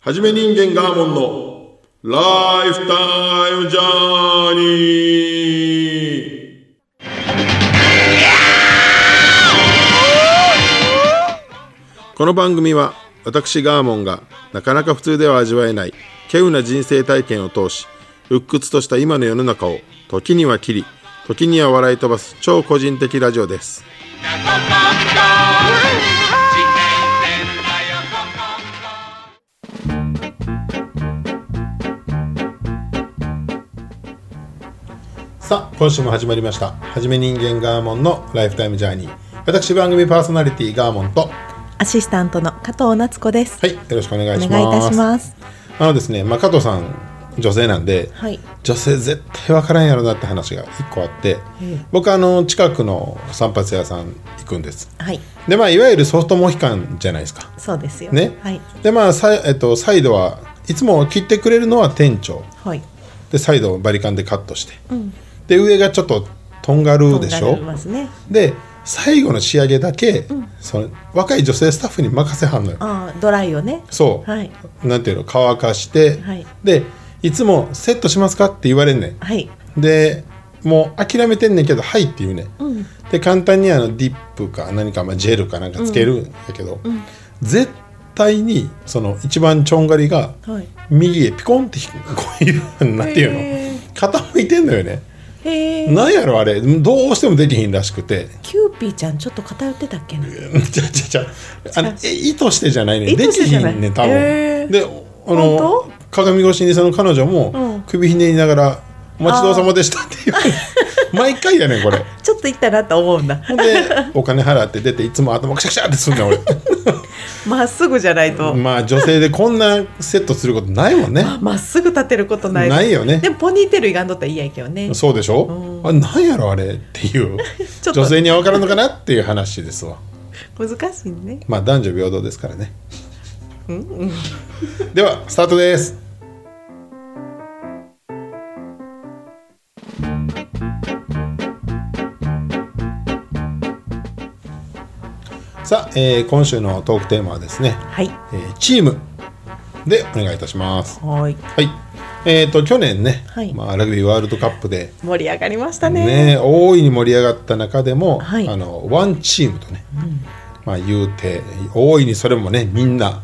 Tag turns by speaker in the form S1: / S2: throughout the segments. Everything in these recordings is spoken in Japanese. S1: はじめ人間ガーモンのライフタイムジャーニーこの番組は私ガーモンがなかなか普通では味わえない稀有な人生体験を通し鬱屈とした今の世の中を時には切り時には笑い飛ばす超個人的ラジオですさあ今週も始まりました「はじめ人間ガーモンのライフタイムジャーニー」私番組パーソナリティガーモンとは
S2: アシスタントの加藤夏子です。
S1: いよろしくお願いします
S2: お願いいたします。
S1: あのですね、まあ、加藤さん女性なんで、
S2: はい
S1: 女性絶対分からんやろなって話が一個あって、僕あの近くの散髪屋さん行くんです
S2: はい、
S1: でまあいわゆるソフトモヒカンじゃないですか
S2: そうですよ。
S1: ね、
S2: はい、
S1: でまあさ、えっと、サイドはいつも切ってくれるのは店長
S2: はい、
S1: でサイドをバリカンでカットして、で上がちょっととんがるでし
S2: とん
S1: ょ
S2: がりますね。
S1: で最後の仕上げだけ、その若い女性スタッフに任せはんのよ
S2: ああ、ドライをね。
S1: そう、
S2: はい
S1: なんていうの乾かして、
S2: はい
S1: でいつも「セットしますか?」って言われんねん
S2: はい、
S1: でもう諦めてんねんけど「はい」って言うねん、で簡単にあのディップか何か、まあ、ジェルかなんかつけるんやけど、絶対にその一番ちょんがりが
S2: はい。
S1: 右へピコンってこういうなんていうの、
S2: へー
S1: 傾いてんのよね
S2: へえ、
S1: なんやろあれどうしてもできひんらしくて
S2: キューピーちゃんちょっと偏ってたっけな。
S1: じゃじゃじゃあのえ意図してじゃないね
S2: 意
S1: で
S2: 図
S1: き
S2: してじ
S1: ひ
S2: ゃない
S1: んね多分、
S2: へー
S1: であの
S2: 本
S1: 鏡越しにその彼女
S2: う
S1: も
S2: ん
S1: 首ひねりながら「お待ちどうさまでした」っていう 毎回やねんこれ
S2: ちょっと行ったなと思うんだ。
S1: ほんで お金払って出ていつも頭くしゃくしゃってすんねん俺
S2: まっすぐじゃないと。
S1: まあ女性でこんなセットすることないもんね
S2: まっすぐ立てることない。
S1: ないよね
S2: でもポニーテールいがんどったらいいやけどね。
S1: そうでしょあなんやろあれっていう
S2: ちょっと
S1: 女性には分からんのかなっていう話ですわ
S2: 難しいね。
S1: まあ男女平等ですからね。ではスタートです。さあ、えー今週のトークテーマはですね、
S2: はい。
S1: えーチームでお願いいたします。
S2: はい。
S1: はい。えっ、と去年ね、
S2: はい
S1: まあラグビーワールドカップで
S2: 盛り上がりましたね。
S1: ね、大いに盛り上がった中でも、
S2: はい
S1: あのワンチームとね、まあ言うて大いにそれもねみんな、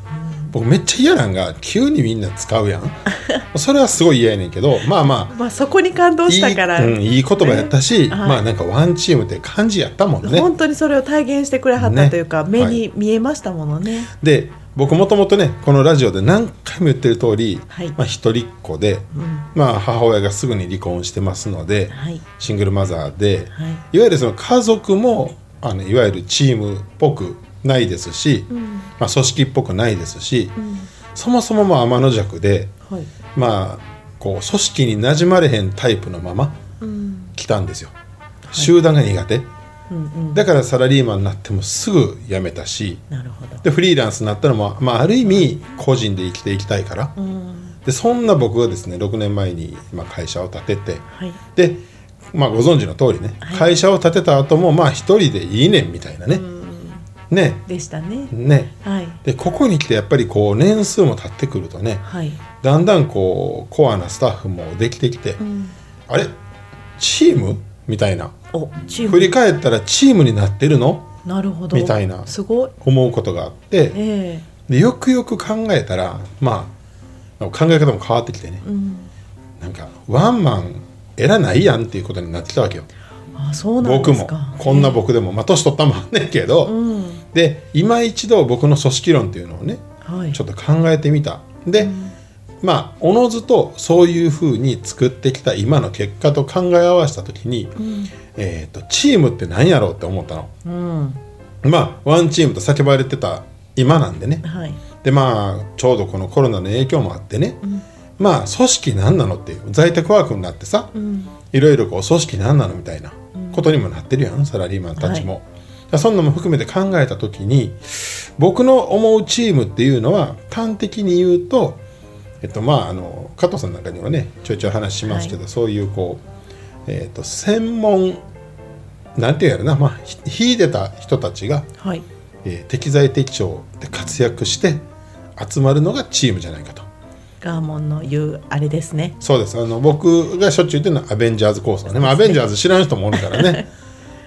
S1: 僕めっちゃ嫌なんが急にみんな使うや んそれはすごい嫌やねんけどまあまあ
S2: まあそこに感動
S1: いい,、
S2: したから。
S1: うん、いい言葉やったし、
S2: ねはい
S1: まあなんかワンチームって感じやったもんね
S2: 本当にそれを体現してくれはったというか、
S1: ね
S2: 目に見えましたものね。
S1: で僕もともとねこのラジオで何回も言ってる通り、
S2: はい
S1: まあ、一人っ子で、まあ、母親がすぐに離婚してますので、
S2: はい
S1: シングルマザーで、、
S2: はい
S1: わゆるその家族もあのいわゆるチームっぽくないですし、まあ、組織っぽくないですし、そもそもまあ天の弱で、
S2: はい。
S1: まあ、こう組織に馴染まれへんタイプのまま来たんですよ、集団が苦手、だからサラリーマンになってもすぐ辞めたし、
S2: なるほど。
S1: でフリーランスになったのも、まあ、ある意味個人で生きていきたいから、でそんな僕がですね6年前に、まあ、会社を建てて
S2: はい。
S1: で、まあ、ご存知の通りね、会社を建てた後もまあ一人でいいねんみたいなね、ね
S2: でしたね。
S1: ね
S2: はい。
S1: でここに来てやっぱりこう年数も経ってくるとね
S2: はい。
S1: だんだんこうコアなスタッフもできてきて、あれチームみたいな
S2: お、チー
S1: 振り
S2: ム。
S1: 返ったらチームになってるの
S2: なるほど。
S1: みたいな
S2: すごい。
S1: 思うことがあって。
S2: ええ
S1: でよくよく考えたらまあ考え方も変わってきてね、なんかワンマンえらないやんっていうことになってきたわけよ
S2: あ、そうなん
S1: 僕
S2: です
S1: も
S2: か。
S1: こんな僕でも、まあ年取ったもんあんねんけど、で今一度僕の組織論っていうのをね
S2: はい。
S1: ちょっと考えてみたで、まあおのずとそういうふうに作ってきた今の結果と考え合わせた時に、えー、とチームって何やろうって思ったの。
S2: うん。
S1: まあワンチームと叫ばれてた今なんでね、
S2: はい。
S1: でまあちょうどこのコロナの影響もあってね、まあ組織何なのっていう在宅ワークになってさ、いろいろこう組織何なのみたいなことにもなってるやん、サラリーマンたちも。だからそんなのも含めて考えた時に僕の思うチームっていうのは端的に言うと、えっとまあ、あの加藤さんなんかにはねちょいちょい話しますけど、そういうこう、えっと専門なんていうやろな、まあ、ひ秀でた人たちが
S2: はい。
S1: えー適材適所で活躍して集まるのがチームじゃないかと
S2: ガーモンの言うあれですね
S1: そうですあの僕がしょっちゅう言ってるのはアベンジャーズ構想ね、まあ、アベンジャーズ知らん人もおるから ね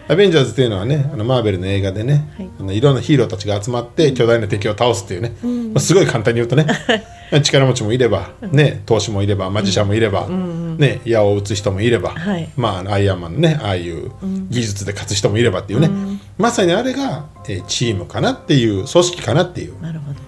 S1: アベンジャーズっていうのはねあのマーベルの映画でね、
S2: はい
S1: い、あのいろんなヒーローたちが集まって巨大な敵を倒すっていうね、まあすごい簡単に言うとね力持ちもいれば、ね、投資もいればマジシャンもいれば、ね、矢を打つ人もいれば、
S2: はい
S1: まあ、アイアンマンのねああいう技術で勝つ人もいればっていうね、まさにあれが、えーチームかなっていう組織かなっていう
S2: なるほど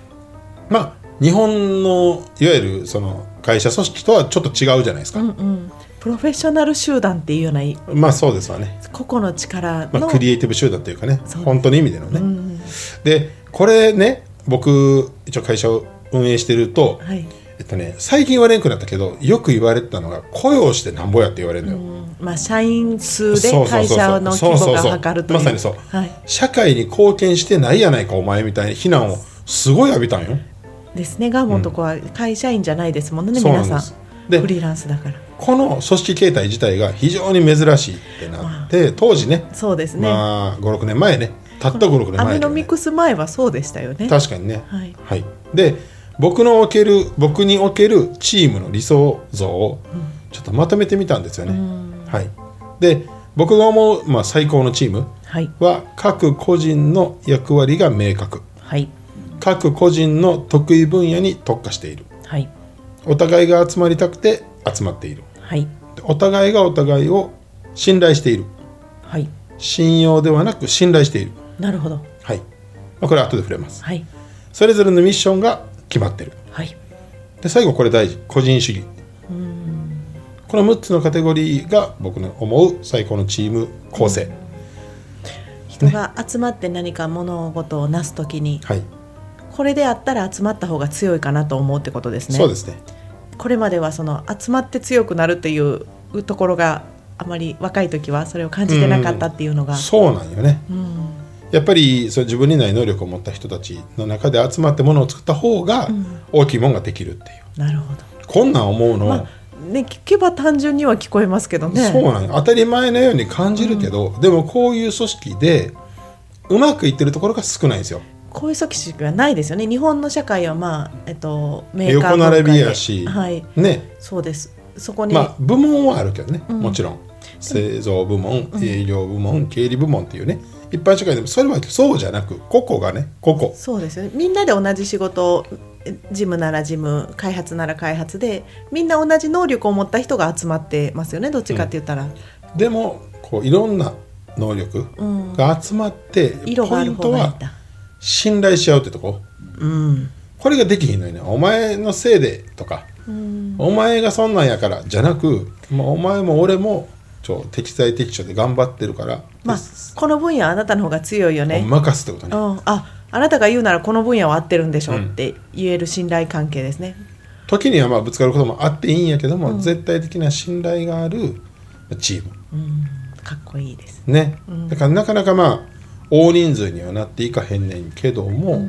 S1: まあ日本のいわゆるその会社組織とはちょっと違うじゃないですか、
S2: うんうんプロフェッショナル集団っていうような
S1: まあそうですわね
S2: 個々の力
S1: ま
S2: の、
S1: あ、クリエイティブ集団というかね
S2: そう
S1: 本当の意味でのね、でこれね僕一応会社を運営してると、
S2: はい
S1: えっとね最近言われなくなったけどよく言われてたのが雇用してなんぼやって言われるのよ、
S2: うんまあ、社員数で
S1: そうそうそう
S2: 会社の規模が測るという
S1: そうそうそうまさにそう
S2: はい、
S1: 社会に貢献してないやないかお前みたいな非難をすごい浴びたんよ、
S2: ですねガーモンとこは会社員じゃないですもんね、
S1: そうな
S2: 皆
S1: んで
S2: さ
S1: す
S2: ん
S1: で
S2: フリーランスだから
S1: この組織形態自体が非常に珍しいってなって当時ね
S2: そうですね、
S1: まあ56年前ねたった56年前
S2: アベ
S1: だ
S2: ノ
S1: よ
S2: ミ
S1: ね
S2: クス前はそうでしたよね
S1: 確かにね
S2: はい
S1: はい、で僕のおける僕におけるチームの理想像をちょっとまとめてみたんですよね。はい、で僕が思う、まあ、最高のチーム
S2: はい
S1: は各個人の役割が明確
S2: はい
S1: 各個人の得意分野に特化している
S2: はい
S1: お互いが集まりたくて集まっている
S2: はい
S1: お互いがお互いを信頼している
S2: はい
S1: 信用ではなく信頼している、
S2: なるほど
S1: はいまあこれは後で触れます
S2: はい
S1: それぞれのミッションが決まっている
S2: はい
S1: で最後これ大事個人主義この6つのカテゴリーが僕の思う最高のチーム構成、
S2: 人が集まって何か物事をなすときに、
S1: はい、
S2: これであったら集まった方が強いかなと思うってことですね
S1: そうですね
S2: これまではその集まって強くなるっていうところがあまり若い時はそれを感じてなかったっていうのが、
S1: そうなんよね
S2: うん
S1: やっぱりそう自分にない能力を持った人たちの中で集まってものを作った方が大きいもんができるっていう、
S2: なるほど
S1: こんなん思うの、
S2: まあね聞けば単純には聞こえますけどね
S1: そうなんよ当たり前のように感じるけど、でもこういう組織でうまくいってるところが少ないんですよ
S2: こういう組織はないですよね日本の社会はまあえっとメーカー
S1: 横
S2: 文化で
S1: 並びやし、
S2: はい
S1: ね
S2: そうですそこに、
S1: まあ部門はあるけどね、もちろん製造部門営業部門経理部門っていうね一般社会でもそれはそうじゃなく個々がね個々
S2: そうですよねみんなで同じ仕事をえ事務なら事務開発なら開発でみんな同じ能力を持った人が集まってますよねどっちかって言ったら、
S1: でもこういろんな能力
S2: うん
S1: が集まって、
S2: 色が
S1: ポ
S2: あ
S1: イ
S2: る
S1: ント
S2: 方がいい
S1: は
S2: んだ
S1: 信頼し合うってとこ
S2: うん
S1: これができひんのよねお前のせいでとか、お前がそんなんやからじゃなく、まあ、お前も俺もちょ適材適所で頑張ってるから、
S2: まあこの分野あなたの方が強いよね、
S1: 任すってこと
S2: う
S1: ね、
S2: ん、ああなたが言うならこの分野は合ってるんでしょって言える信頼関係ですね、
S1: 時にはまあぶつかることもあっていいんやけども、絶対的な信頼があるチーム
S2: うん、かっこいいです
S1: ね、だからなかなかまあ大人数にはなっていかへんねんけども、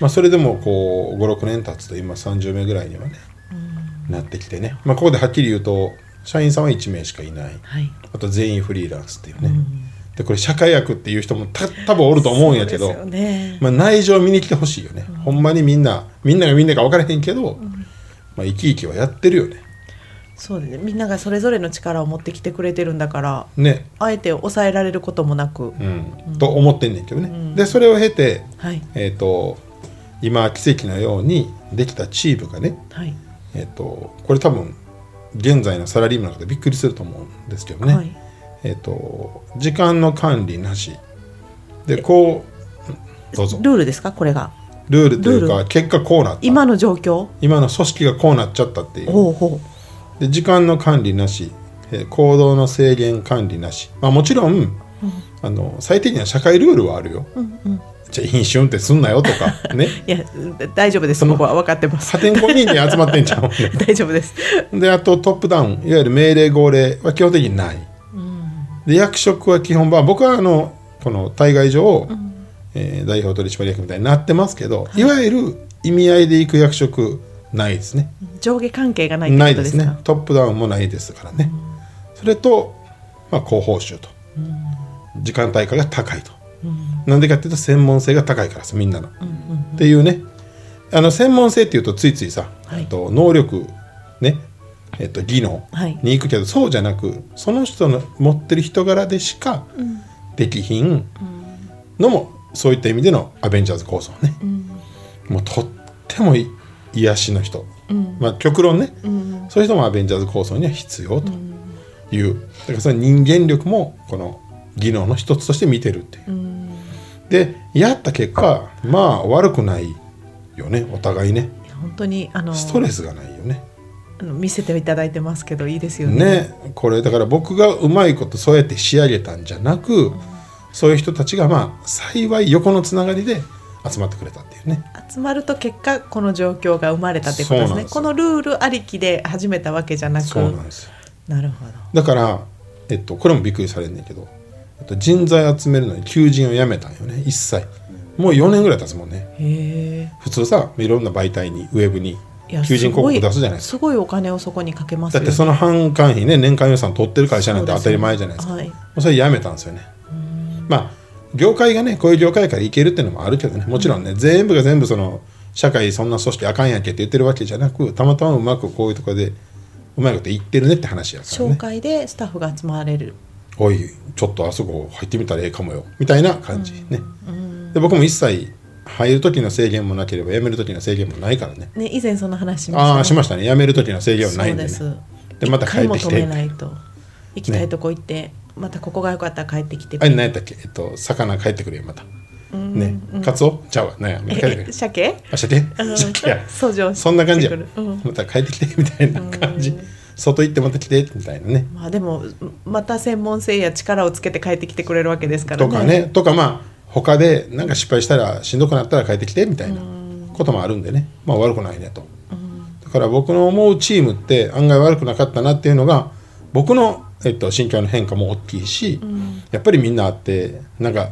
S1: まあ、それでもこう56年経つと今30名ぐらいにはね、なってきてね、まあ、ここではっきり言うと社員さんは1名しかいない
S2: はい
S1: あと全員フリーランスっていうね、でこれ社会役っていう人もた多分おると思うんやけど
S2: そうですよね
S1: まあ、内情見に来てほしいよね、ほんまにみんなみんながみんなが分からへんけど、まあ、生き生きはやってるよね
S2: そうですねみんながそれぞれの力を持ってきてくれてるんだから
S1: ね
S2: あえて抑えられることもな
S1: う
S2: く、
S1: んと思ってんねんけどね、でそれを経て
S2: はい
S1: えー、と今奇跡のようにできたチームがね、
S2: はい
S1: えー、とこれ多分現在のサラリーマンの方びっくりすると思うんですけどね、
S2: はい
S1: えー、と時間の管理なしでこうどうぞ
S2: ルールですかこれが
S1: ルールという
S2: ルー
S1: か結果こうなった今
S2: 今の状況
S1: の組織がこうなっちゃったっていう
S2: ほうほ
S1: で時間の管理なし、えー行動の制限管理なし、まあ、もちろん、あの最低限の社会ルールはあるよ、じゃあ飲酒運転すんなよと かね
S2: ういや大丈夫です
S1: の
S2: そこは分かってます
S1: 破天荒人間集まってんじゃん
S2: 大丈夫です
S1: であとトップダウンいわゆる命令号令は基本的にない、で役職は基本は僕はあのこの対外上、えー代表取締役みたいになってますけど、い、わゆる意味合いでいく役職ないですね、
S2: 上下関係がない
S1: な
S2: っ
S1: い
S2: てこと
S1: で
S2: ですすか
S1: ねトップダウンもないですからね、それと、まあ、高報酬と、時間対価が高いと、なんでかっていうと専門性が高いからですみんなの、っていうねあの専門性っていうとついついさ、
S2: はい
S1: えっと能力ねえっと技能
S2: はい
S1: に行くけど、そうじゃなくその人の持ってる人柄でしかできひんのも、そういった意味でのアベンジャーズ構想ね、もうとってもい癒しの人、まあ極論ね、そういう人もアベンジャーズ構想には必要という、だからその人間力もこの技能の一つとして見てるっていう。でやった結果まあ悪くないよねお互いね
S2: 本当にあの
S1: ストレスがないよね。
S2: あの見せていただいてますけどいいですよね。
S1: ねこれだから僕がうまいことそうやって仕上げたんじゃなくそういう人たちがまあ幸い横のつながりで集まってくれたっていうね。
S2: 集まると結果この状況が生まれたってことで
S1: そう
S2: す
S1: なん
S2: ね
S1: ですよ
S2: このルールありきで始めたわけじゃなく
S1: そうなんですよ
S2: なるほど
S1: だから、えっと、これもびっくりされんねんけど、えっと、人材集めるのに求人をやめたんよね一切もう4年ぐらい経つもんね
S2: へ
S1: 普通さいろんな媒体にウェブに
S2: えいや
S1: 求人広告
S2: すご
S1: 出すじゃないですか
S2: すごいお金をそこにかけます
S1: だってその販管費ね年間予算取ってる会社なんて当たり前じゃないですか
S2: そうですよ
S1: もうそれやめたんですよねまあ業界がねこういう業界からいけるっていうのもあるけどねもちろんね、全部が全部その社会そんな組織あかんやんけって言ってるわけじゃなくたまたまうまくこういうところでうまいこと言ってるねって話やから
S2: 紹
S1: ね
S2: 介でスタッフが集まれる
S1: おいちょっとあそこ入ってみたらええかもよみたいな感じね、で僕も一切入る時の制限もなければ辞める時の制限もないからね
S2: ね以前その話しました
S1: ああーしま
S2: し
S1: したね辞める時の制限は
S2: そ
S1: ない
S2: うん
S1: で
S2: で
S1: ね
S2: す
S1: でまた帰ってき
S2: 一回も止め
S1: て
S2: ないと行きたいとこ行って、またここが良かったら帰ってきて
S1: あれ何やったっけえっと魚帰ってくれよまたねカツオちゃうわ何や また帰ってく
S2: え
S1: れ
S2: 鮭
S1: あしゃて
S2: うん
S1: しゃけや
S2: そうそう
S1: そんな感じや
S2: うん
S1: また帰ってきてみたいな感じ外行ってまた来てみたいなね
S2: まあでもまた専門性や力をつけて帰ってきてくれるわけですから
S1: とかねとかまあ他でなんか失敗したらしんどくなったら帰ってきてみたいなこともあるんでねまあ悪くないねとだから僕の思うチームって案外悪くなかったなっていうのが僕の、えっと、心境の変化も大きいし、やっぱりみんなあってなんか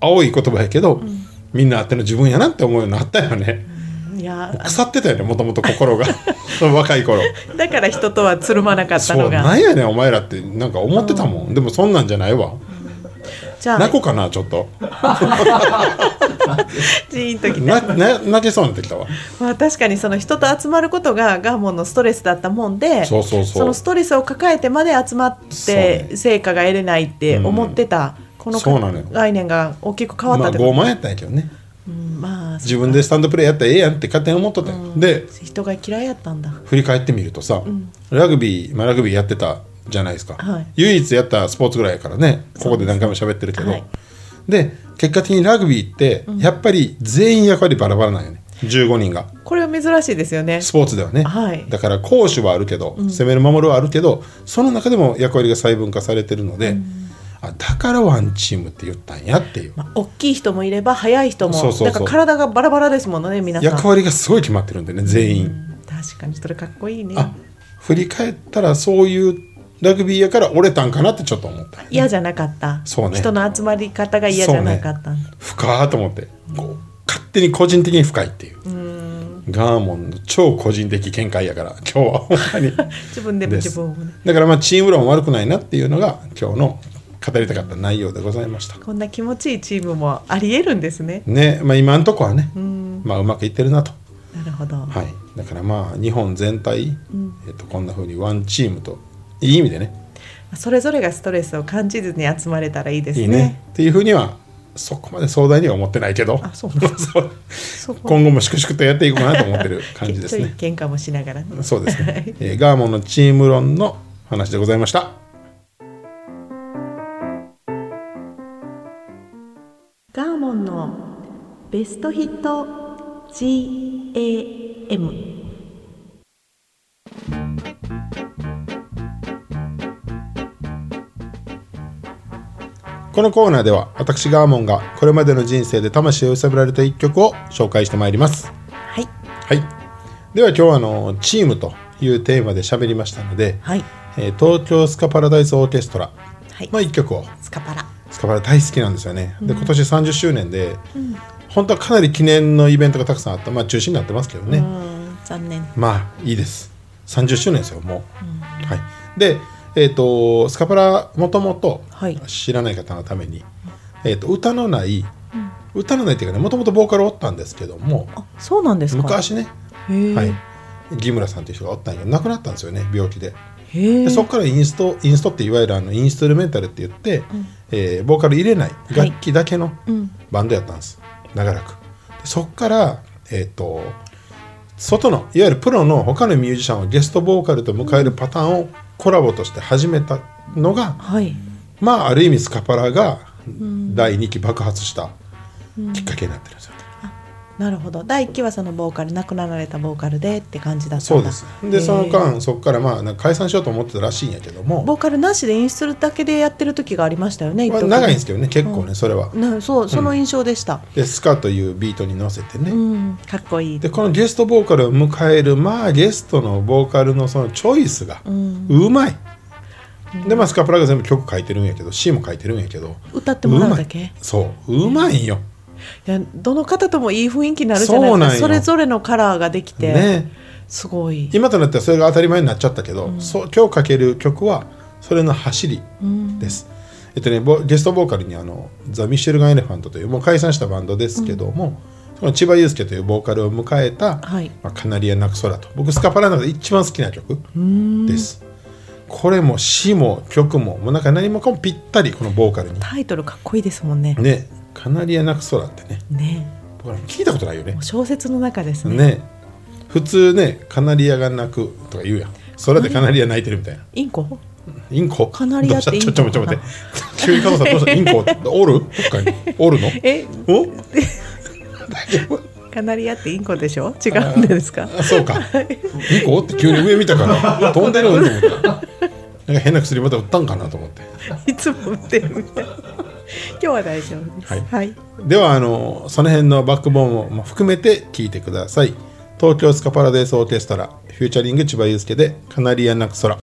S1: 青い言葉やけど、みんなあっての自分やなって思うようになったよね、
S2: いや
S1: 腐ってたよねもともと心 がその若い頃
S2: だから人とはつるまなかった
S1: そ
S2: の
S1: う
S2: が
S1: なんやねんお前らってなんか思ってたもん、でもそんなんじゃないわ
S2: じゃあ
S1: 泣こうかなちょっと
S2: ジーンときて、
S1: なな泣けそうになってきたわ
S2: まあ、確かにその人と集まることがガーモンのストレスだったもんで
S1: そうそうそう
S2: そのストレスを抱えてまで集まっ
S1: そうね
S2: て成果が得れないって思ってた、この
S1: そうなのよ
S2: 概念が大きく変わった
S1: ま
S2: っ
S1: あ
S2: てこと
S1: 傲慢やったんやけどね
S2: うんまあ
S1: 自分でスタンドプレーやったらええやんって勝手に思っとったよ、で
S2: 人が嫌いやったんだ
S1: 振り返ってみるとさ、ラグビー、まあ、ラグビーやってたじゃないですか、
S2: はい
S1: 唯一やったスポーツぐらいやからねここで何回も喋ってるけど、
S2: はい
S1: で結果的にラグビーってやっぱり全員役割バラバラなんよね15人が
S2: これは珍しいですよね
S1: スポーツではね、
S2: はい
S1: だから攻守はあるけど、攻める守るはあるけどその中でも役割が細分化されてるので、あだからワンチームって言ったんやっていう
S2: まあ、大きい人もいれば速い人も
S1: そうそうそう
S2: だから体がバラバラですものね皆さん
S1: 役割がすごい決まってるんでね全員。
S2: 確かにそれかっこいいね
S1: あ振り返ったらそういうラグビーやから折れたんかなってちょっと思った
S2: 嫌じゃなかった
S1: そうね
S2: 人の集まり方が嫌じゃなかった、
S1: 深ーと思ってこう勝手に個人的に深いっていうガーモンの超個人的見解やから今日はほんまに
S2: 自 分でも
S1: で
S2: 自
S1: す
S2: 分をね
S1: だからまあチーム論悪くないなっていうのが今日の語りたかった内容でございました
S2: こんな気持ちいいチームもありえるんですね
S1: ねまあ今んとこはねまあうまくいってるなと
S2: なるほど、
S1: はいだからまあ日本全体、えっと、こんな風にワンチームといい意味でね
S2: それぞれがストレスを感じずに集まれたらいいです
S1: い
S2: ね
S1: いねっていうふうにはそこまで壮大には思ってないけど
S2: あそうなん
S1: そう
S2: そこ
S1: 今後も粛々とやっていこうかなと思ってる感じで
S2: ち
S1: す
S2: ょい
S1: ね。
S2: 喧嘩もしながらね
S1: そうです ね、えーガーモンのチーム論の話でございました。
S2: ガーモンのベストヒット GAM
S1: このコーナーでは私ガーモンがこれまでの人生で魂を揺さぶられた一曲を紹介してまいります。
S2: はい
S1: はい。では今日はあのチームというテーマで喋りましたので、
S2: はい
S1: えー東京スカパラダイスオーケストラ
S2: はい
S1: の一曲を
S2: スカパラ
S1: スカパラ大好きなんですよね。で今年30周年で、本当はかなり記念のイベントがたくさんあったまあ中止になってますけどね。
S2: うん残念
S1: まあいいです30周年ですよもう、はい、でえっ、とスカパラもともと
S2: はい
S1: 知らない方のために、えー、と歌のない歌らないというかねもともとボーカルおったんですけども
S2: あそうなんですか
S1: 昔ね、
S2: へー
S1: はい、木村さんという人がおったんやけど亡くなったんですよね病気で
S2: へ
S1: で
S2: え
S1: そこからインストインストっていわゆるあのインストゥルメンタルって言って、えーボーカル入れない
S2: い
S1: 楽器だけの
S2: うん
S1: バンドやったんです長らくでそこから、えー、と外のいわゆるプロの他のミュージシャンをゲストボーカルと迎えるパターンをコラボとして始めたのが、
S2: はい
S1: まあある意味スカパラが第2期爆発したきっかけになってるんですよ、
S2: なるほど第一期はそのボーカル亡くなられたボーカルでって感じだった
S1: そう
S2: んだ
S1: です
S2: へ
S1: で
S2: ー
S1: その間そこからまあなんか解散しようと思ってたらしいんやけども
S2: ボーカルなしでインストルだけでやってる時がありましたよね
S1: まあ長いんです
S2: け
S1: けどね結構ねそれは。
S2: なそうその印象でした、
S1: でスカというビートに乗せてね、
S2: うん、かっこいい
S1: でこのゲストボーカルを迎えるまあゲストのボーカルのそのチョイスが
S2: うん
S1: うまい、でまあスカプラが全部曲書いてるんやけど C も書いてるんやけど
S2: 歌ってもらうだ
S1: まい
S2: け
S1: そううまいんよ、
S2: いやどの方ともいい雰囲気になるじゃない
S1: そう
S2: で
S1: な
S2: す
S1: んよ
S2: かそれぞれのカラーができて、
S1: ね
S2: すごい、
S1: 今となってはそれが当たり前になっちゃったけど、そう今日書ける曲はそれの走りです、えっとねボゲストボーカルにあのザ・ミシェルガン・エレファントというもう解散したバンドですけども、その千葉雄介というボーカルを迎えた「
S2: はい
S1: まあ、カナリア・ナクソラ」と僕スカパラの中で一番好きな曲ですこれも詞も曲ももうなんか何もかもぴったりこのボーカルに
S2: タイトルかっこいいですもんね
S1: ねカナリア・ナクソラってね
S2: ね
S1: 僕らも聞いたことないよね
S2: もう小説の中ですね
S1: ね普通ねカナリアが鳴くとか言うやん空でカナリア鳴いてるみたいな
S2: インコ
S1: インコ
S2: カナリアって
S1: どうした
S2: インコ
S1: ちょちょちょ待って急に加藤さんどうしたインコおるどっかにお るの
S2: え
S1: お大丈夫
S2: カナリアってインコでしょ違うんですか
S1: あそうかインコって急に上見たから飛んでると思ったなんか変な薬また売ったんかなと思って
S2: いつも売ってるみたいな今日は大丈夫です
S1: はい
S2: はい、
S1: ではあのその辺のバックボーンをまあ含めて聞いてください東京スカパラデースオーケストラフューチャリング千葉雄介でカナリアなく空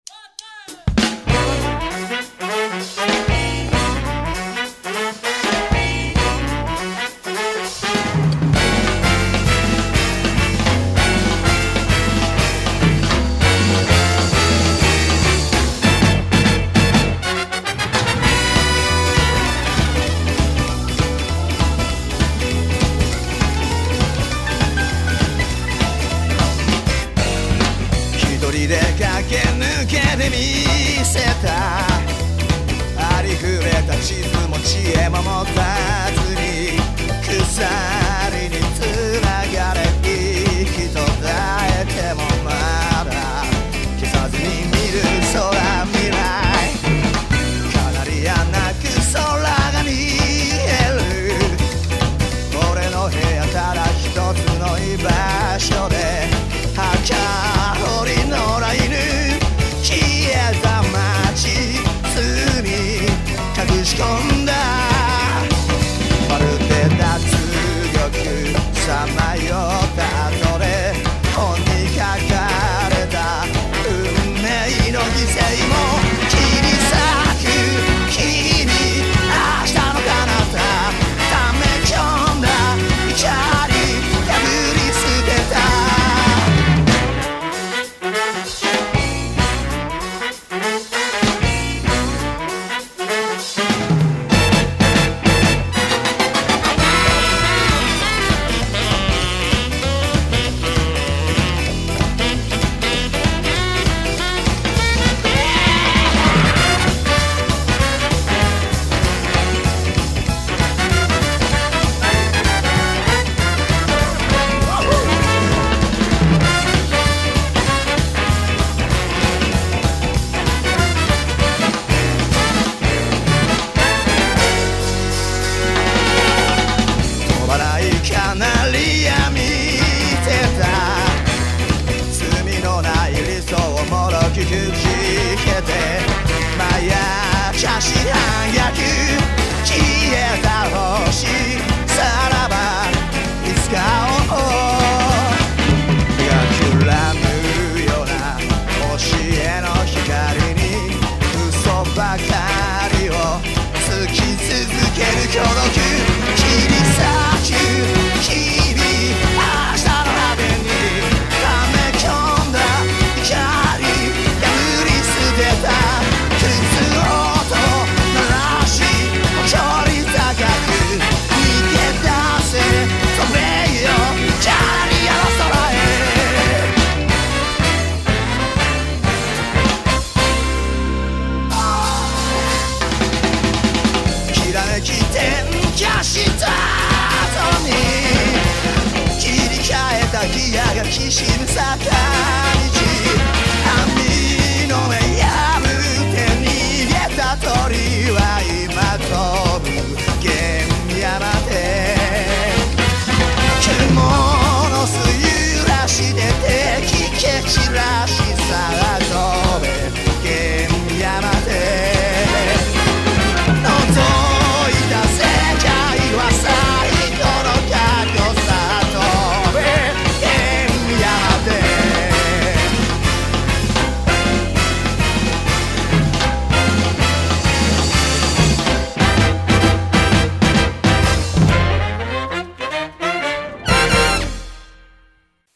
S3: 一人で駆け抜けてみせたありふれた地図も知恵も持たずに鎖につながれ息途絶えてもまだ消さずに見る空未来かなりやなく空が見える俺の部屋ただ一つの居場所で墓掘り野良犬消えた街隅に隠し込んだ転化した後に切り替えたギアがきしむ坂道網の目破って逃げた鳥は今飛ぶ現山で獣のすゆらしで敵蹴散らしさあ飛べ現山で覗いた世界は最後の過去さとべ変やで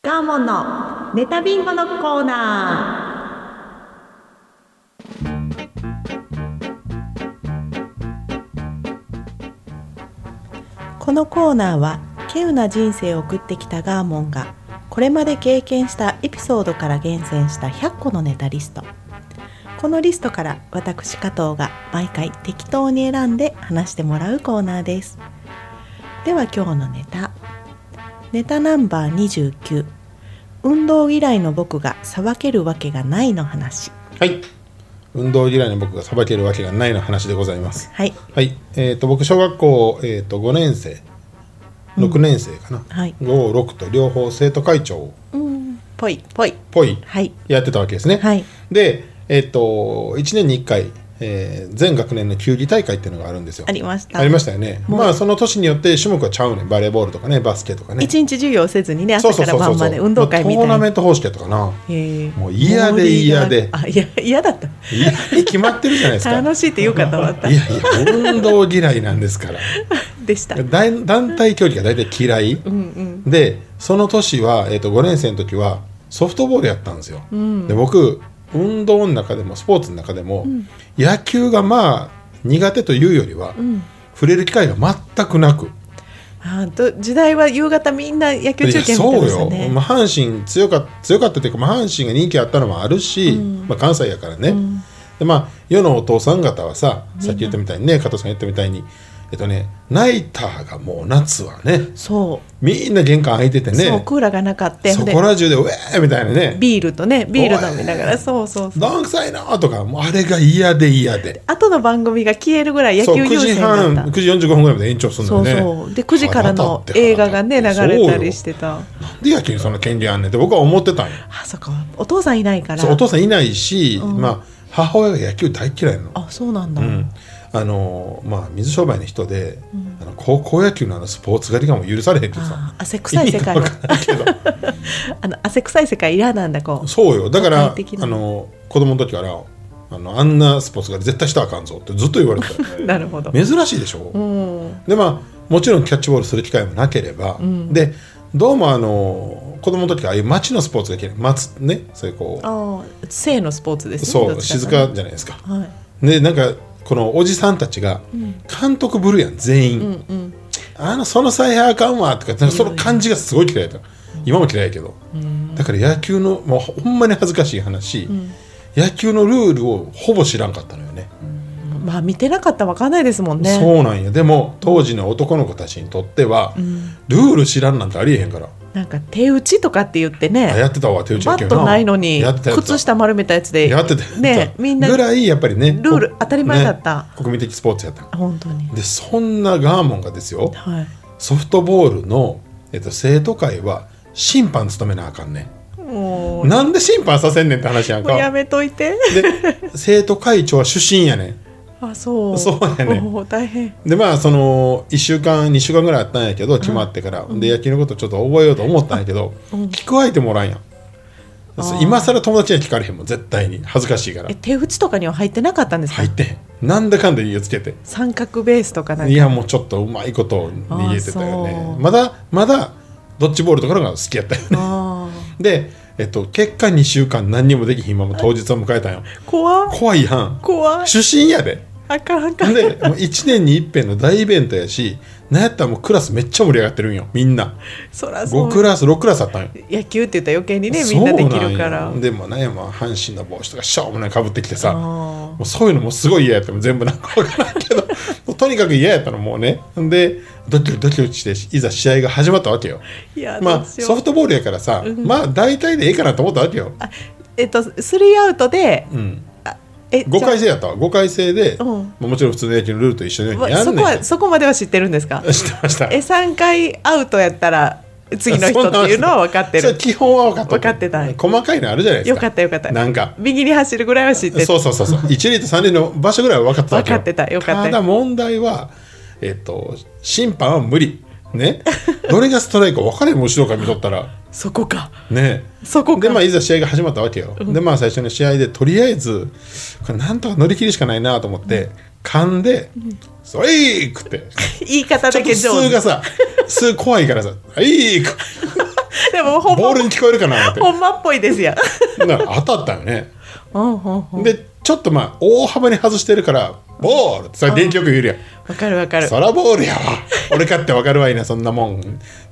S2: ガーモンのネタビンゴのコーナー。このコーナーは稀有な人生を送ってきたガーモンがこれまで経験したエピソードから厳選した100個のネタリストこのリストから私加藤が毎回適当に選んで話してもらうコーナーですでは今日のネタネタナンバー29運動嫌いの僕が裁けるわけがないの話
S1: はい運動嫌いの僕がさばけるわけがないの話でございます
S2: はい
S1: はい、えー、と僕小学校、えー、と5年生6年生かな、
S2: はい
S1: 56と両方生徒会長っ
S2: うんぽいぽい
S1: ぽい
S2: はい
S1: やってたわけですね、
S2: はい
S1: で、えっと1年に1回、えー全学年の球技大会っていうのがあるんですよ
S2: ありました
S1: ありましたよね
S2: もう
S1: まあその年によって種目はちゃうねんバレーボールとかねバスケとかね
S2: 一日授業せずにね
S1: そ
S2: 朝
S1: うそ
S2: か
S1: う
S2: ら
S1: そうそう
S2: 晩まで運動会み
S1: もうトーナ
S2: た
S1: メ
S2: い
S1: ント方式やとかな
S2: な
S1: もう嫌で嫌で
S2: あいや嫌だった
S1: いや決まってるじゃないですか
S2: 楽しいってよかったわった
S1: いやいや運動嫌いなんです から
S2: でしたうん
S1: だい団体競技が大体嫌い
S2: うん
S1: でその年は、えー、と5年生の時はソフトボールやったんですよ、
S2: うん
S1: で僕運動の中でもスポーツの中でも、
S2: ん
S1: 野球がまあ苦手というよりは、
S2: うん
S1: 触れる機会が全くなく
S2: あと時代は夕方みんな野球中継
S1: いや
S2: 見て
S1: そ
S2: ま
S1: う
S2: した
S1: よ、
S2: ね
S1: まあ、阪神強か強かったというか、まあ、阪神が人気あったのもあるし、
S2: うん
S1: まあ、関西やからね、
S2: うん
S1: でまあ世のお父さん方はさ
S2: みんな
S1: さっき言ったみたいにね加藤さん言ったみたいにえっとねナイターがもう夏はね
S2: そ
S1: みんな玄関開いてて
S2: う
S1: ね
S2: そうクーラーがなかった
S1: そこら中で「ウェー!」みたいなね
S2: ビールとねビール飲みながらそうそ
S1: 「
S2: うそう
S1: どんくさいな!」とかもうあれが嫌で嫌で。
S2: 後の番組が消えるぐらい野
S1: そう
S2: 球
S1: 9
S2: 優
S1: 時
S2: 先だ
S1: 半
S2: った
S1: 9時45分ぐらいまで延長する
S2: そ
S1: の
S2: う
S1: ね
S2: そうで9時からの映画がね流れたりして
S1: そ
S2: た
S1: うよで野球にその権利あんねんって僕は思ってたんよ
S2: あそっかお父さんいないから
S1: そうお父さんいないし、
S2: うん
S1: まあ、母親が野球大嫌いなの。
S2: あそうなん
S1: う
S2: だ、
S1: んあのまあ、水商売の人で、
S2: うん
S1: あの高校野球のあのスポーツ狩りがもう許されへんってさ
S2: あー汗臭い世界
S1: 意味がわからんけ
S2: あの汗臭い世界嫌なんだこ
S1: どそうよだから
S2: 都会的な
S1: あの子供の時からあのあんなスポーツ狩り絶対したらあかんぞってずっと言われ て
S2: うなるほど
S1: た珍しいでしょ、
S2: うん
S1: でまあもちろんキャッチボールする機会もなければ、
S2: ん
S1: でどうもあの子供の時からああいう街のスポーツが嫌い街ねそういうこう
S2: ああ性のスポーツですね
S1: そ
S2: ど
S1: う
S2: っちか
S1: 静
S2: という
S1: かじゃないですか
S2: とはい
S1: でなんかこのおじさんたちが監督ぶるやん全員、
S2: うんうん
S1: あのその采配あかんわとかなんかその感じがすごい嫌いだった今も嫌いやけど、だから野球のもうほんまに恥ずかしい話、野球のルールをほぼ知らんかったのよね
S2: まあ見てなかったらわかんないですもんね
S1: そうなんやでも当時の男の子たちにとっては、ルール知らんなんてありえへんから、
S2: なんか手打ちとかって言って
S1: あや
S2: ね
S1: ってたわ手打ち野
S2: バ
S1: 球
S2: ットないのに
S1: やってたやってた
S2: 靴下丸めたやつで
S1: やってたやってた
S2: ねみんな
S1: ぐらいやっぱりね
S2: ルール
S1: こ
S2: 当たり前だった
S1: ね国民的スポーツやった
S2: 本当に
S1: でそんなガーモンがですよ
S2: はい
S1: ソフトボールの、えっと、生徒会は審判務めなあかんねん
S2: もう
S1: なんで審判させんねんって話やん
S2: もうや
S1: か。
S2: めといて
S1: で、生徒会長は主審やね
S2: あそう
S1: そうやね
S2: おー大変
S1: ん。で、まあ、その、1週間、2週間ぐらいあったんやけど、決まってから。で、野球のことちょっと覚えようと思ったんやけど、聞く相手もおらんやん。そう今更友達には聞かれへんもん、絶対に。恥ずかしいから
S2: え。手打ちとかには入ってなかったんですか、
S1: 入ってへん。なんだかんだ理由つけて。
S2: 三角ベースとかなんか
S1: いや、もうちょっとうまいことを逃げてたよ
S2: あ
S1: ね
S2: そ。う
S1: まだ、まだ、ドッジボールとかの方が好きやったよね。
S2: あ
S1: で、えっと、結果2週間何にもできひんまま当日を迎えたんよ。
S2: ー怖っ
S1: 怖いやん。
S2: 怖い
S1: 主審やで。
S2: あかんあかん
S1: でもう1年に一遍の大イベントやしなんやったらもうクラスめっちゃ盛り上がってるんよみんな
S2: そらそ
S1: 5
S2: う
S1: クラス6クラスあったんよ
S2: 野球って言ったら余計にねみんなできるから
S1: そうなんよでもねもう阪神の帽子とかしょうもないかぶってきてさも
S2: あ
S1: うそういうのもすごい嫌やったもう全部なんか分からん けどもうとにかく嫌やったのもうねでドキドキドキドキしていざ試合が始まったわけよ
S2: ーいや
S1: ま
S2: ど
S1: あ
S2: うしよう
S1: ソフトボールやからさ、まあ大体でええかなと思ったわけよ、
S2: あえっとスリーアウトで、
S1: うん、
S2: あえ
S1: 5回
S2: じ
S1: 制やったわ5回制で、
S2: うん
S1: まあもちろん普通の野球のルールと一緒のよ
S2: ゃ
S1: う
S2: あ
S1: にや
S2: そ
S1: ん
S2: こ
S1: ねん
S2: はそこまでは知ってるんですか
S1: 知ってました
S2: え三回アウトやったら次の人っていうのは分かって
S1: それ
S2: る
S1: 基本は分かって
S2: 分かってたんや
S1: 細かいのあるじゃないです
S2: よ
S1: か
S2: かったよかった
S1: なんか
S2: 右に走るぐらいは知って
S1: そう
S2: た
S1: そうそう そう1塁と3塁の場所ぐらいは分かってたわけ
S2: 分かってたよかったよ
S1: ただ問題はえっと審判は無理 ねどれがストライクか分かれへんもん後ろから見とったら
S2: そこか
S1: ね
S2: そこ
S1: で
S2: か
S1: まあいざ試合が始まったわけよ、でまあ最初の試合でとりあえずこれなんとか乗り切るしかないなと思って、噛んで「ストライク!」って
S2: 言い方
S1: ちょ
S2: だ
S1: っと
S2: け上
S1: 数
S2: 手
S1: がさ数怖いからさ「はい!」
S2: でもほん
S1: ボール
S2: ま
S1: に聞こえるかなって
S2: ほんまっぽいですやん
S1: な当たったよね
S2: うんうんうん
S1: でちょっとまあ大幅に外してるからボールってさ元気よく言うやん
S2: わかるわかる
S1: そらボールやわ俺かってわかるわいなそんなもん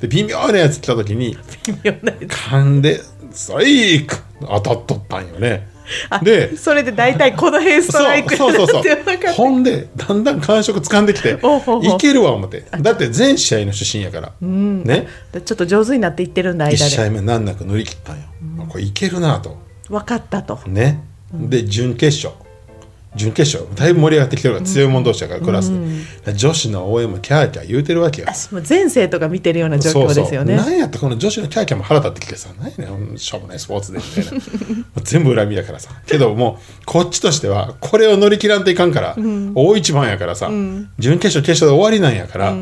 S1: で微妙なやつ来た時に
S2: 微妙なやつ
S1: 噛んでストライク当たっとったんよね
S2: あ
S1: で
S2: それで大体この辺ストライ ク
S1: そうそうそう
S2: って
S1: そ
S2: いうの
S1: う
S2: が
S1: ほんでだんだん感触掴んできて
S2: おうおうおう
S1: いけるわ思ってだって全試合の主審やから、ね
S2: ちょっと上手になっていってるんだ
S1: 1
S2: 間
S1: 試
S2: で
S1: 合目難なく乗り切ったんよ、これいけるなと
S2: 分かったと
S1: ね、で準決勝準決勝だいぶ盛り上がってきてるから強い者同士だからクラスで、女子の応援もキャーキャー言うてるわけよ
S2: 私もう前生とか見てるような状況ですよね
S1: そうそうなんやったこの女子のキャーキャーも腹立ってきてさ何やねんしょうもないスポーツでみたいな もう全部恨みやからさけどもうこっちとしてはこれを乗り切らんといかんから、大一番やからさ、準決勝決勝で終わりなんやから、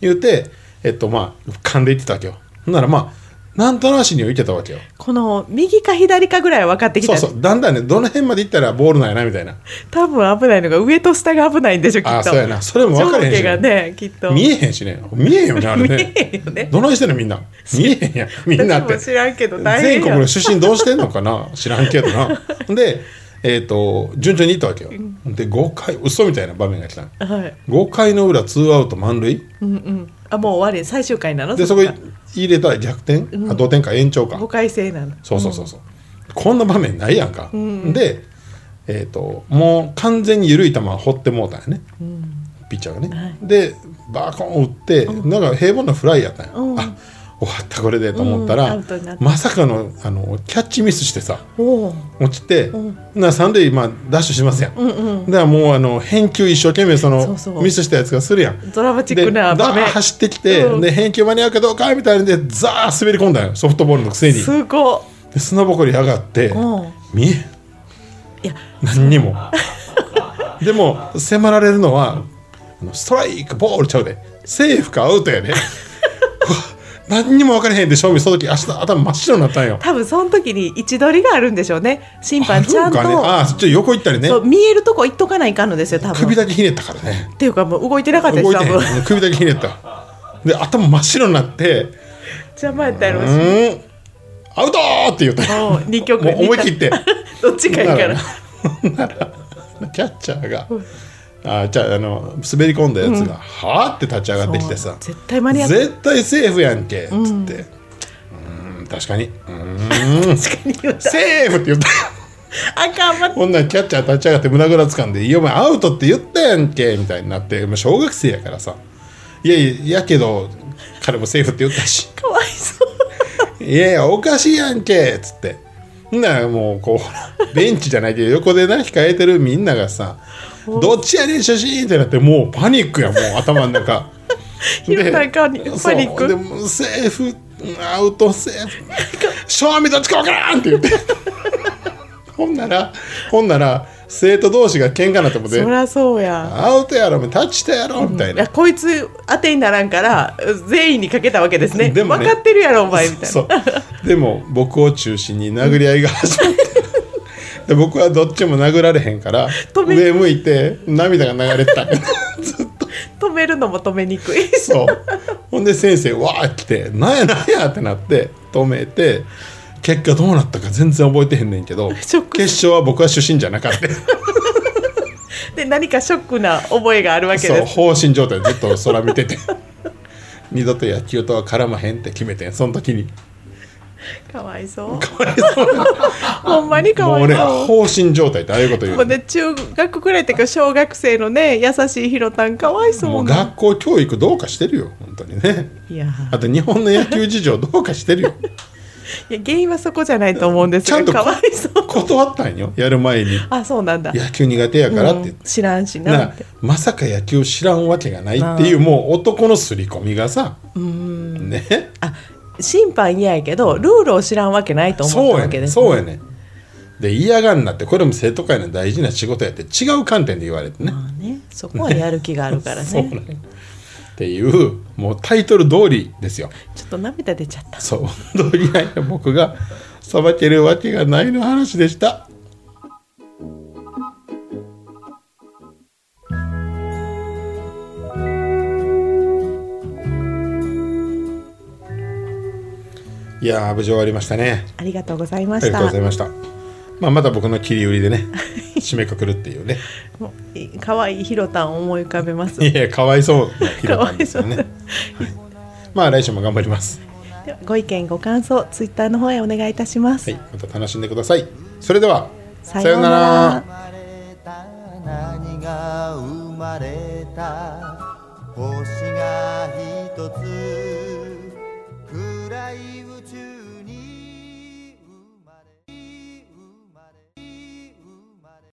S1: 言うてえっとまあ噛んでいってたわけよほんならまあなんとなしにはいけたわけよ
S2: この右か左かぐらいは分かってき
S1: そ
S2: た
S1: うそうだんだんねどの辺まで行ったらボールなんやなみたいな
S2: 多分危ないのが上と下が危ないんでしょきっと
S1: あそうやなそれも分かれへんし
S2: 上下がねきっと
S1: 見えへんしね見えへんよねあれね
S2: 見えへんよね
S1: どないしてんのみんな見えへんやんみんなって
S2: 私も知らんけど大変や
S1: 全国の出身どうしてんのかな知らんけどなでえっ、と順調にいったわけよで5回嘘みたいな場面が来たの
S2: はい
S1: 5回の裏ツーアウト満塁
S2: うんうんあもう終わり最終回なの
S1: でそこ
S2: っ
S1: に
S2: か
S1: 入れたら逆転、あ同点か延長か
S2: 誤解制なの
S1: そうそうそうそう、こんな場面ないやんか、でえっ、ともう完全に緩い球を放ってもうたんやね、ピッチャーがね、
S2: はい
S1: でバーコン打って、なんか平凡なフライやったんや、
S2: うん
S1: あ終わったこれでと思ったら、
S2: うんアウトになった
S1: まさかのあのキャッチミスしてさ
S2: おお
S1: 落ちて、
S2: うん
S1: な三塁、まあ、ダッシュしますやん、
S2: うんうん
S1: だからもうあの返球一生懸命その
S2: そうそう
S1: ミスしたやつがするやん
S2: ドラマチックな
S1: でダ
S2: 場
S1: ーッ
S2: 面
S1: 走ってきて、
S2: うん
S1: で返球間に合うかどうかみたいなんでザー滑り込んだんよソフトボールのくせに
S2: すごっ
S1: で砂ぼこり上がって、
S2: うん
S1: 見えん
S2: いや
S1: 何にもでも迫られるのはあのストライクボールちゃうでセーフかアウトや でうわ何にも分かれへんで勝負その時足の頭真っ白になったんよ
S2: 多分その時に位置取りがあるんでしょうね審判ちゃんと
S1: あるかねああちょっと横行ったりね
S2: そう見えるとこ行っとかないかんのですよ多分
S1: 首だけひねったからね
S2: っていうかもう動いてなかったで
S1: 動
S2: す
S1: い
S2: 多
S1: て
S2: 分
S1: へん首だけひねったで頭真っ白になって
S2: 邪魔やったや
S1: 「う
S2: ろうし
S1: ーんアウト!」って言うた
S2: もう2曲
S1: もう思い切 って
S2: どっちかいいから
S1: ほ んならキャッチャーが、あじゃああの滑り込んだやつが、はあって立ち上がってきて
S2: そ
S1: さ
S2: う絶対間に合って
S1: 絶対セーフやんけっつって、うーん確かにうーん
S2: 確かに言った
S1: セーフって言った
S2: あかん待って
S1: こんなんキャッチャー立ち上がって胸ぐらつかんで「いやお前アウトって言ったやんけ」みたいになってもう小学生やからさ「いやいややけど彼もセーフって言ったし
S2: かわいそう
S1: いやいやおかしいやんけ」っつってほんならもうこうほらベンチじゃないけど横でな控えてるみんながさ「どっちやねん写真」ってなってもうパニックやもう頭の中
S2: 広田がに
S1: そう
S2: パニック
S1: でもセーフアウトセーフ正味どっちかわからんって言ってほんならほんなら生徒同士が喧嘩になってもで
S2: そりゃそうや
S1: アウトやろお前タッチたやろみたい
S2: い
S1: な
S2: や、こいつ当てにならんから全員にかけたわけですね
S1: でもね
S2: 分かってるやろお前みたいな
S1: そうでも僕を中心に殴り合いが始ま ってで僕はどっちも殴られへんから
S2: 止め
S1: 上向いて涙が流れて たずっと
S2: 止めるのも止めにくい
S1: そうほんで先生わー来て「なんやなんや」ってなって止めて結果どう なったか全然覚えてへんねんけど
S2: ショック
S1: 決勝は僕は主審じゃなかった
S2: で何かショックな覚えがあるわけ
S1: そう
S2: です
S1: 放心状態ずっと空見てて二度と野球とは絡まへんって決めてんその 時に
S2: かわいそう
S1: かわいそうな
S2: ほんまにか
S1: も
S2: わ
S1: う
S2: い
S1: ね
S2: そう
S1: 放心状態ってああいうこと言う
S2: もう
S1: の
S2: ね中学くらいっていうか小学生のね優しいひろたんかわいそ
S1: も
S2: う
S1: う
S2: な
S1: 学校教育どうかしてるよ本当に ね
S2: いや
S1: あと日本の野球事情どうかしてる よ
S2: いや原因はそこじゃないと思うんです
S1: ちゃん
S2: よ
S1: と
S2: かわいそう
S1: 断ったんよやる前に
S2: あそうなんだ
S1: 野球苦手やからって言っ
S2: うん
S1: て、
S2: 知らんしな
S1: な
S2: って
S1: まさか野球知らんわけがないっていうもう男の刷り込みがさね
S2: あ審判嫌やけどルールを知らんわけないと思
S1: そ
S2: っ
S1: う
S2: た
S1: や
S2: わけ
S1: ね
S2: です
S1: そうやねで嫌がんなってこれも生徒会の大事な仕事やって違う観点で言われてね
S2: まあねそこはやる気があるから
S1: そう
S2: ね
S1: なんやっていうもうタイトル通りですよ
S2: ちょっと涙出ちゃった
S1: そう運動嫌いな僕がさばけるわけがないの話でしたいやー無事終わりましたね
S2: ありがとうございま
S1: あり
S2: し
S1: が
S2: た
S1: とうございましたまあまた僕の切り売りでね締めくくるっていうね
S2: もうい可愛いひろたんを思い浮かべます
S1: いやかわいそうな切りなんですよね、は
S2: か
S1: い、まあ来週も頑張ります
S2: ではご意見ご感想ツイッターの方へお願いいたします、
S1: はい、また楽しんでください。それでは、
S2: さようなら
S3: 生まれた何が生まれた星が一つ